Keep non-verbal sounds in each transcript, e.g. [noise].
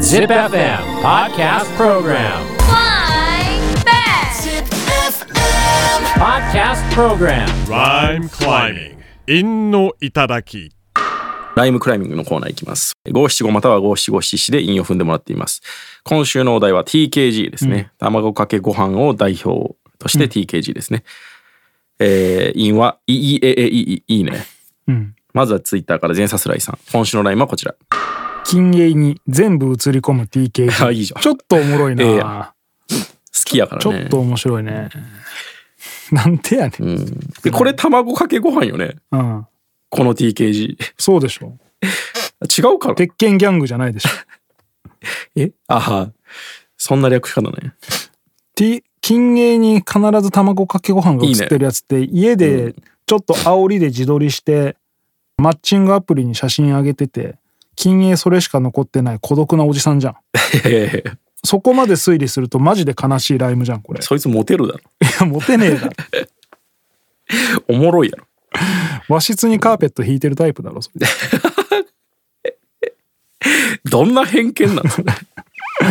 Zip FM Podcast Program. Flying back. Podcast Program. Rhyme climbing. 陰の頂き。ライムクライミングのコーナーいきます。五七五または五七五七七で韻を踏んでもらっています。今週のお題は TKG ですね。卵かけご飯を代表として TKG ですね。えー、韻は、いいええいいいいね。まずはツイッターから全サスライさん。今週のラインはこちら。金鋭に全部映り込む [laughs] TK あ、いいじゃん。ち好ょっとおもろいな、ええやんきやからちょね。っと面白いねなんてやねん、うん。で、これ卵かけご飯よね。うん、この TKG。違そうでしょうから。鉄拳ギャングじゃないでしょえあは。そんな略し方ね。 T 金鋭に必ず卵かけご飯が映ってるやつって家でちょっと煽りで自撮りしてマッチングアプリに写真上げてて金鋭それしか残ってない孤独なおじさんじゃんええそこまで推理するとマジで悲しいライムじゃんこれいそいつモテるだろ。やモテねえだろおもろいやろ。和室にカーペット引いてるタイプだろそれどんな偏見 [laughs] なの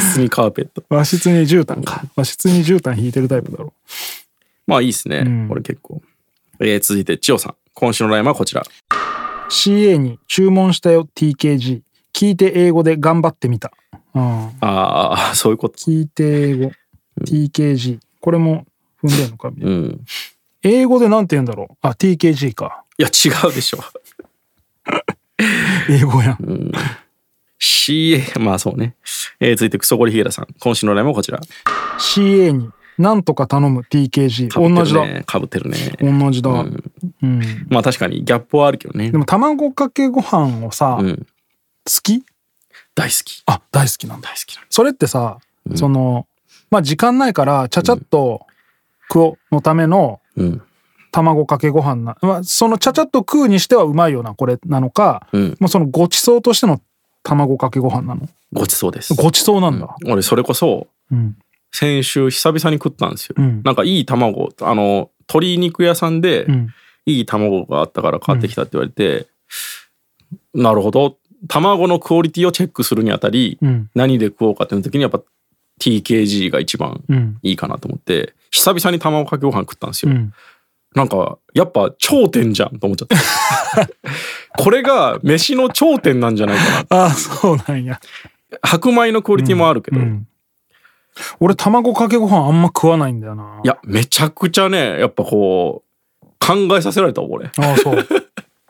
スニーカーペット。和室に絨毯か和室に絨毯引いてるタイプだろまあいいですね。うんこれ結構。えー続いて、千代さん。今週のライマはこちら。 CA に注文したよ TKG 聞いて英語で頑張ってみた、うん、ああ、そういうこと。聞いて英語 TKG これも踏んでんのかみたいなうん。英語でなんて言うんだろうあ TKG かいや、違うでしょ。英語やんうん。CA、まあそうね。えー続いて、クソゴリヒゲラさん。今週のライマはこちら。 CA になんとか頼む TKG 被ってるね同じだかぶってるね。同じだ、ううんんまあ確かにギャップはあるけどねで。も卵かけご飯をさ、う好ん。き大好き。あ大好きなんだ大好きなの。それってさ、そのまあ時間ないからちゃちゃっと食おうのためのうん。卵かけご飯な、まあ、そのちゃちゃっと食うにしてはうまいよなこれなのか、うんもうそのごちそうとしての卵かけご飯なのごちそうです。ごちそうなんだ俺、それこそ、うん先週久々に食ったんですよ。うんなんかいい卵、あの、鶏肉屋さんで、うんいい卵があったから買ってきたって言われて、なるほど。卵のクオリティをチェックするにあたり、うん何で食おうかっていう時にやっぱ TKG が一番うんいいかなと思って、久々に卵かけご飯食ったんですうよ。んなんか、やっぱ頂点じゃんと思っ [laughs] ちゃった。これが飯の頂点なんじゃないかな。ああそうなんや、白米のクオリティもあるけうど、ん、俺卵かけご飯あんま食わないんだよないや、めちゃくちゃね、やっぱこう、考えさせられたわ、俺。ああそう [laughs]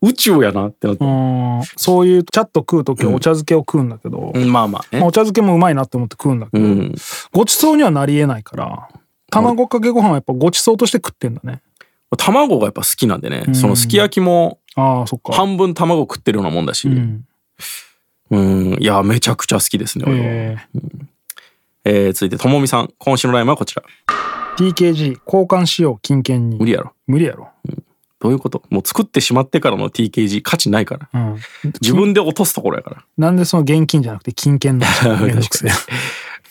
宇宙やなってなってう。んそういうちゃっと食う時はお茶漬けを食うんだけど、うんまあまあまあね。お茶漬けもうまいなって思って食うんだけうど、ん。ごちそうにはなりえないから卵かけご飯はやっぱごちそうとして食ってんだね卵がやっぱ好きなんでね、うんそのすき焼きもああそっか半分卵食ってるようなもんだし、ううん、んいや、めちゃくちゃ好きですね、俺は。ええーー続いて、ともみさん、今週のライムはこちら。 TKG 交換しよう金券に無理やろ。無理やろ、どういうこともう作ってしまってからの TKG 価値ないから。うん、自分で落とすところやから。なんでその現金じゃなくて金券な [laughs] のめんどくせ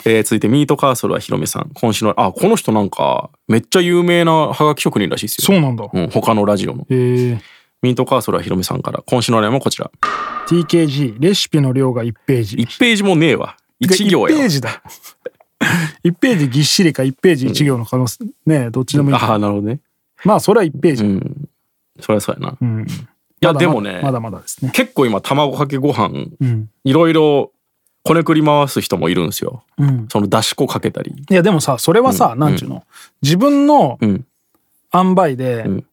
ええー続いて、ミートカーソルはひろめさん。今週の、あ、この人なんか、めっちゃ有名なハガキ職人らしいですそよ。うなんだへうん、他のラジオの。えミートカーソルはひろめさんから、今週のライムはこちら。 TKG レシピの量が1ページ1ページもねえわ。1行1ペやーわ。[laughs] ジだ1ページぎっしりか1ページ1行の可能性、ねえどっちでもいいああ、なるほどね。まあそれは1ページ、ううんん。そりゃそうやな。いやでもねまだまだですね結構今卵かけご飯うんいろいろこねくり回す人もいるんですようんそのだし粉かけたりいやでもさそれはさ、うんなんちゅうの自分のうん [laughs] 塩梅で、ん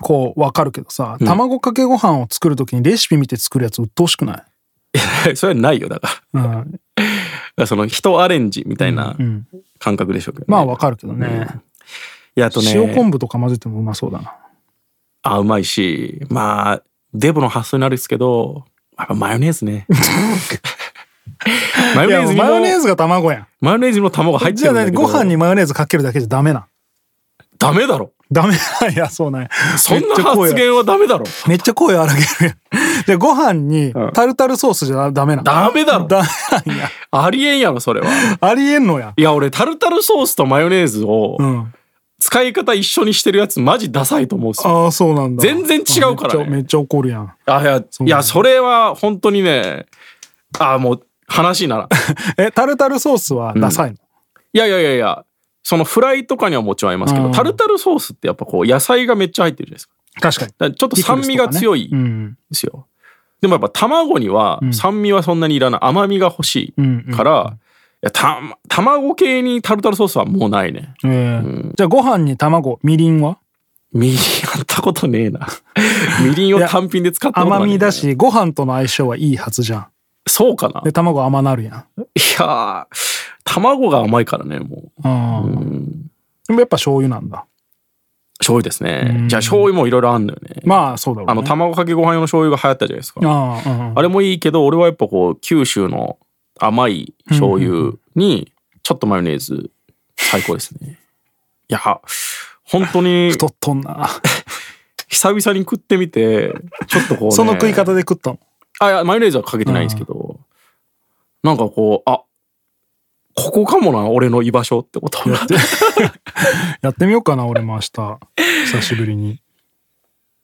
こう分かるけどさん卵かけご飯を作る時にレシピ見て作るやつ鬱陶しくない、それはないよだからだかうんらその人アレンジみたいなうん、感覚でしょうけど、ねまあ分かるけどね、いやあとね塩昆布とか混ぜてもうまそうだなあうまいしまあデブの発想になるんですけどやっぱマヨネーズ [laughs] ねマヨいネやーズにもマヨネーズが卵やんマヨネーズにも卵入ってじるゃあんだ何けどご飯にマヨネーズかけるだけじゃダメなダメだろダメな [laughs] いやそうなんやそんめっなちゃ声発言はダメだろめっちゃ声荒げるやんじゃあご飯にうんタルタルソースじゃダメなダメだろダメなんやありえんやろそれはありえんのやいや俺タルタルソースとマヨネーズを、うん使い方一緒にしてるやつマジダサいと思うんですよ。ああ、そうなんだ。全然違うからねあめっちゃめっちゃ怒るやん。あいやういやそれは本当にねあもう話にならん。え、タルタルソースはダサいの、いやいやいやいやそのフライとかにはもちろん合いますけうどんタルタルソースってやっぱこう野菜がめっちゃ入ってるじゃないですか。確かに。だからちょっと酸味が強いうんでん。すよ。でもやっぱ卵にはうん酸味はそんなにいらない甘みが欲しうんういんから、いやた卵系にタルタルソースはもうないね。えーじゃあご飯に卵、みりんはみりんやったことねえ [laughs] な。みりんを単品で使ったことが甘ねえみなだ。し、ご飯との相性はいいはずじゃん。そうかな。いで、卵甘なるやん。やー卵が甘いからね、もう。あーでもやっぱ醤油なんだ。醤油ですねう。んじゃあ醤油もいろいろあんのよね。まあそうだろう、ね。あの、卵かけご飯用の醤油が流行ったじゃないですか。ああ、うん、あれもいいけど、俺はやっぱこう、九州の甘い醤油に、ちょっとマヨネーズ、最高ですね。 [laughs] いや、本当に、太っとんな。久々に食ってみて、ちょっとこう、ね。 [laughs] その食い方で食ったの。あ、いや、マヨネーズはかけてないんですけど、なんかこう、あ、ここかもな、俺の居場所ってことが。やってみようかな、俺も明日。久しぶりに。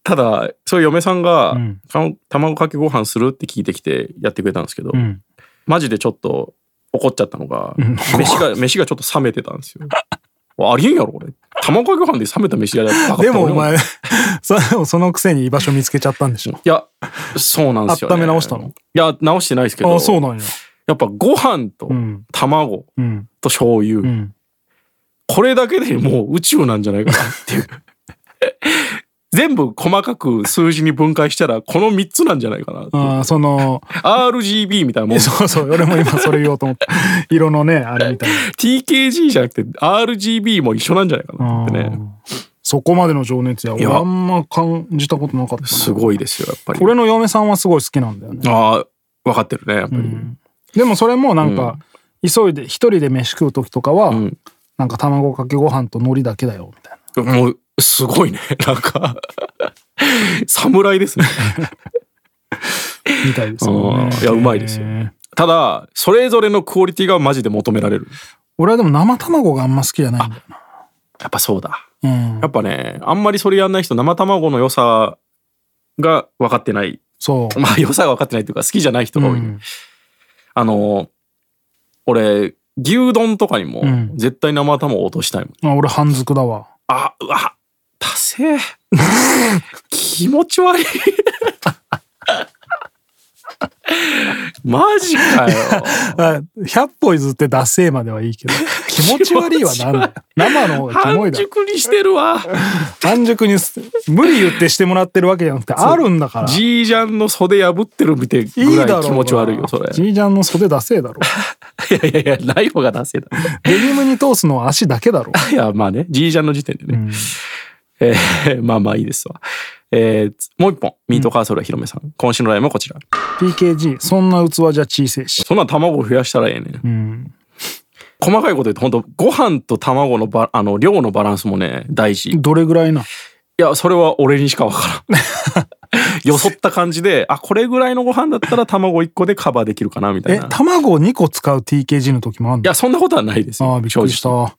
ただ、そういう嫁さんが、うんた卵かけご飯するって聞いてきてやってくれたんですけど、うん。マジでちょっと怒っちゃったのが、ん飯 [laughs] が、飯がちょっと冷めてたんですよ。ありえんやろ、これ。卵かけご飯で冷めた飯やったでもお。前、そで [laughs] もそのくせに居場所見つけちゃったんでしょ。いや、そうなんですよ、ね。温め直したのいや、直してないですけあど、あ、そうなんや。やっぱご飯とうん。卵うん。と醤油、うん。これだけでもう宇宙なんじゃないかなっていう。 [laughs] 全部細かく数字に分解したら、この3つなんじゃないかなっていうああ、その、 RGB みたいなもん。 [laughs] そうそう、俺も今それ言おう [laughs] と思った。色のね、あれみたい TKG じゃなくて RGB も一緒なんじゃないかな。なってね。うんそこまでの情熱や、俺やあんま感じたことなかったな。すごいですよ、やっぱり。俺の嫁さんはすごい好きなんだよね。ああ、分かってるね、やっぱり。でもそれもなんか、急いで、一人で飯食う時とかは、んなんか卵かけご飯と海苔だけだよ、みたいな。もう、すごいね。 [laughs] なんか、侍ですね。みたいですよあね。ーいや、うまいですよへー。ただ、それぞれのクオリティがマジで求められる。俺はでも生卵があんま好きじゃないんだよやっぱそうだ。な。うんや。っぱね、あんまりそれやんない人、生卵の良さが分かってない。そう。まあ、良さが分かってないというか、好きじゃない人が多いね。うんあの、俺、牛丼とかにもん、絶対生卵落としたいもん。あ俺半熟だわ。あ、うわ、ダセえ。気持ち悪い。マジかよ。あ100歩譲ってダセーまではい [laughs] いけど、気持ち悪いはなんだよ。生の方がキモい半だろ。熟にしてるわ。半熟にす、無理言ってしてもらってるわけじゃなくて、あるんだから。い G ジャンの袖破ってるみたいいぐだろらういが。気持ち悪いよ、それ。いじいちゃんの袖ダ [laughs] セーだろ。やいやいや、ない方がダセえだ。デニムに通すのは足だけ [laughs] だろ。いや、まあね、G ジャンの時点でね。うんえーまあまあいいですわ。えーもう一本、ミートカーソルはヒロメさん。今週のラインもこちら。 PKG、そんな器じゃ小せえし。そんな卵増やしたらええねん。うん。細かいこと言って、本当ご飯と卵のば、あの、量のバランスもね、大事。どれぐらいないや、それは俺にしかわからん。 [laughs] よそった感じで、あ、これぐらいのご飯だったら卵1個でカバーできるかな、みたいえな。い、卵2個使う TKG の時もあんのや、そんなことはないですよ。ああ、びっくりした。正う直。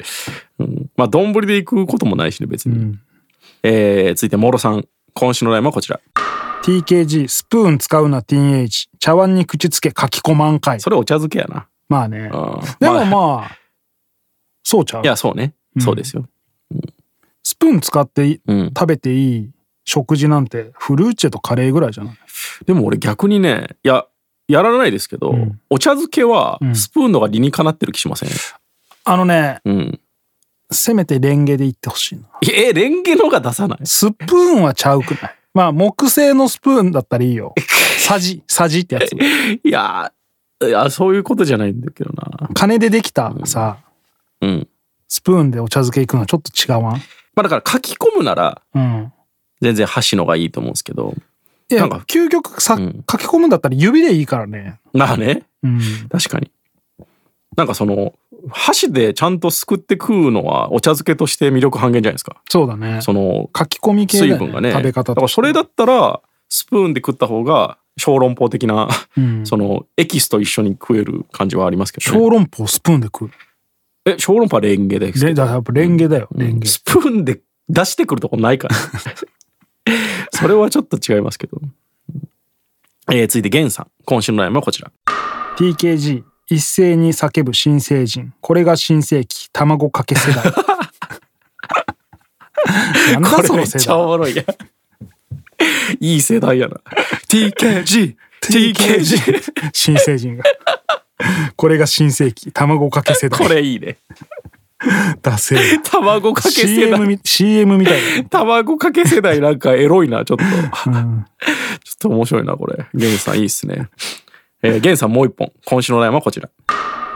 うんまあ、丼で行くこともないしね、別に。ん。えー、続いて、もろさん。今週のラインはこちら。 TKG、スプーン使うな、ティーンエイジ。茶碗に口つけ、書き込まんかい。それお茶漬けやな。まあね。うんでもまあまあ、そうちゃういや、そうね。そうですよ。スプーン使っていうん。食べていい食事なんて、フルーチェとカレーぐらいじゃないでも俺逆にね、いや、やらないですけど、うんお茶漬けはんスプーンのが理にかなってる気しません、あのね、うん。せめてレンゲでいってほしいな。え、レンゲのが出さないスプーンはちゃうくないまあ、木製のスプーンだったらいいよ。さじ、さじってやつ。いやー、いや、そういうことじゃないんだけどな。金でできたさ、うん。スプーンでお茶漬けいくのはちょっと違わん。まあだから書き込むならうん。全然箸のがいいと思うんですけど。いや、なんか究極さ、うん書き込むんだったら指でいいからね。まあね、うん。確かに。なんかその、箸でちゃんとすくって食うのはお茶漬けとして魅力半減じゃないですか。そうだね。その、書き込み系だ水よ分がね。食べ方だからそれだったら、スプーンで食った方が小籠包的な、うんその、エキスと一緒に食える感じはありますけど、ね。小籠包スプーンで食う。え、小籠包はレンゲですけレど。だからやっぱレンゲだよ、レンゲスプーンで出してくるとこない [laughs] から。それはちょっと違いますけど。えー続いて、ゲンさん。今週のラインはこちら。 TKG 一斉に叫ぶ新成人これが新世紀卵か [laughs] け世代なんこだれそめのっ世ちゃお代もろいやん。いい世代やな。TKG、TKG。新成人がこれが新世紀卵かけ世代これいいね。だせえ卵かけ世 CM 代。み CM みたい卵かけ世代なんかエロいな、ちょっと。ちょな、うんっと面白いな、これ。ゲンさんいいっすね。えー、ゲンさんもう一本。今週のラインはこちら。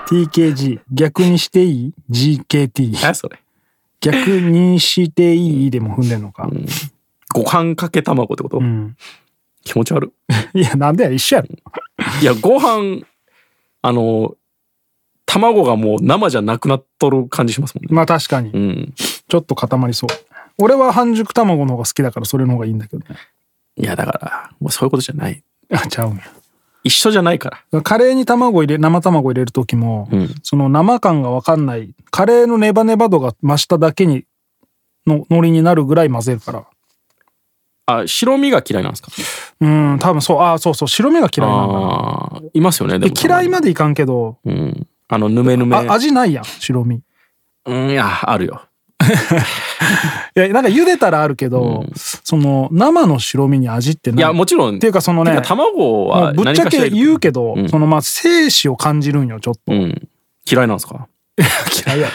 TKG 逆にしていい ?GKT え、それ。逆にしていいでも踏んでんのか、ご飯かけ卵ってこと、うん、気持ち悪い。いやなんでや一緒やろいや、ご飯、あの、卵がもう生じゃなくなっとる感じしますもんね。まあ確かにうん。ちょっと固まりそう俺は半熟卵の方が好きだからそれの方がいいんだけどねいや、だから、もうそういうことじゃない。あちゃうん一緒じゃないから。やカレーに卵入れ生卵入れる時も、うんその生感が分かんないカレーのネバネバ度が増しただけにの海苔になるぐらい混ぜるからあ、白身が嫌いなんですかうん多分そうあそうそう白身が嫌いなんだなああー、いますよね、ででも。嫌いまでいかんけど、うん。あの、ぬめぬめ。あ味ないやん白身うん、いや、あるよ。いや、なんか茹でたらあるけど、その生の白身に味ってない。いや、もちろん。っていうかそのねてか卵はもうぶっ何ちゃかしらけいる言うけど、うんそのまあ生死を感じるんよ、ちょっと。うん。嫌いなんですか嫌いやろ。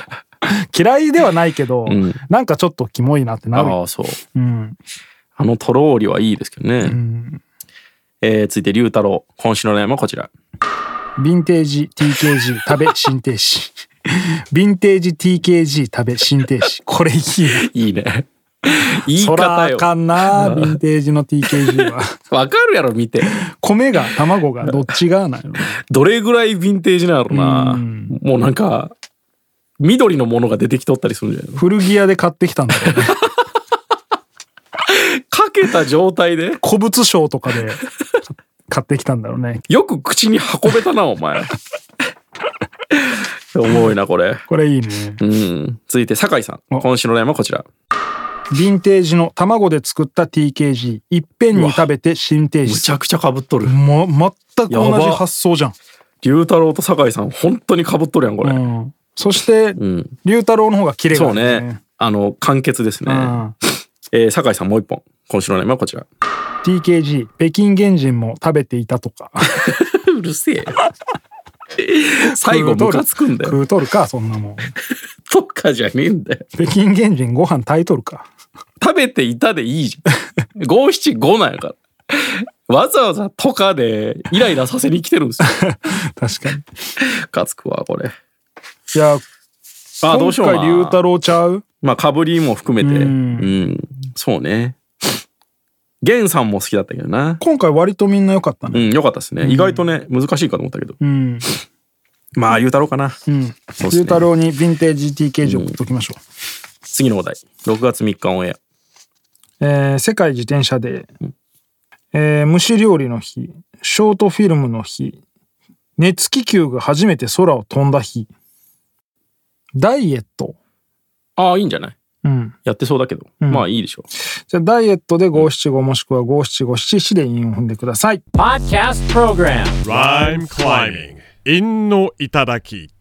嫌いではないけど、うんなんかちょっとキモいなってなるよ。ああ、そう。うん。あのとろーりはいいですけどね。うんえー、続いて、龍太郎。今週の悩みはこちら。ヴィンテージ TKG 食べ心停止。 [laughs] ヴィンテージ TKG 食べ心停止。これいいいね。い [laughs] ね。言いそら方あよ。かんな、ヴィンテージの [laughs] TKG は。わかるやろ、見て。米が、卵がどっちがないのどれぐらいヴィンテージなのな。うんもうなんか、緑のものが出てきとったりするんじゃないの古着屋で買ってきたんだろうね [laughs] かけた状態で、古物商とかで買ってきたんだろうね。よく口に運べた [laughs] な、お前。おもろいな、これ。これいいね。うん。続いて、酒井さん。お今週の悩みはこちら。ヴィンテージの卵で作った TKG。いっぺんに食べて新停む止。ちゃくちゃ被っとる。ま、全くや同じば発想じゃん。龍太郎と酒井さん、本当に被っとるやん、これ。うん、そして、うん。龍太郎の方が綺麗そうね。。あの、簡潔ですうね。ん、えー、酒井さん、もう一本。今週の悩みはこちら。 TKG 北京原人も食べていたとか [laughs] うるせえ。 [laughs] 最後、ムカつくんだよ。食うとるかそんなもんとかじゃねえんだよ。北京原人ご飯炊いとるか [laughs] 食べていたでいいじゃ [laughs] ん。五七五なんやから。わざわざとかでイライラさせに来てるんですよ。確かにムカつくわ、これ。いやあ、ど今うしよう回龍太な。郎ちゃうまあ、かぶりも含めて。ううんん。そうね。源さんも好きだったけどな。今回割とみんな良かったうねん、よかったですね。意外とね、難しいかと思ったけど。うんまあ、龍太郎か [laughs] な。うんうっすね龍太郎にヴィンテージ TKG 送っときましょう、次のお題。6月3日オンエア。えー世界自転車デー、えー虫料理の日ショートフィルムの日熱気球が初めて空を飛んだ日ダイエットああ、いいんじゃないうんやってそうだけど。んまあ、いいでしょう。じゃあダイエットで五七五もしくは五七五七七で韻を踏んでください Podcast Program Rhyme climbing. 陰の頂き。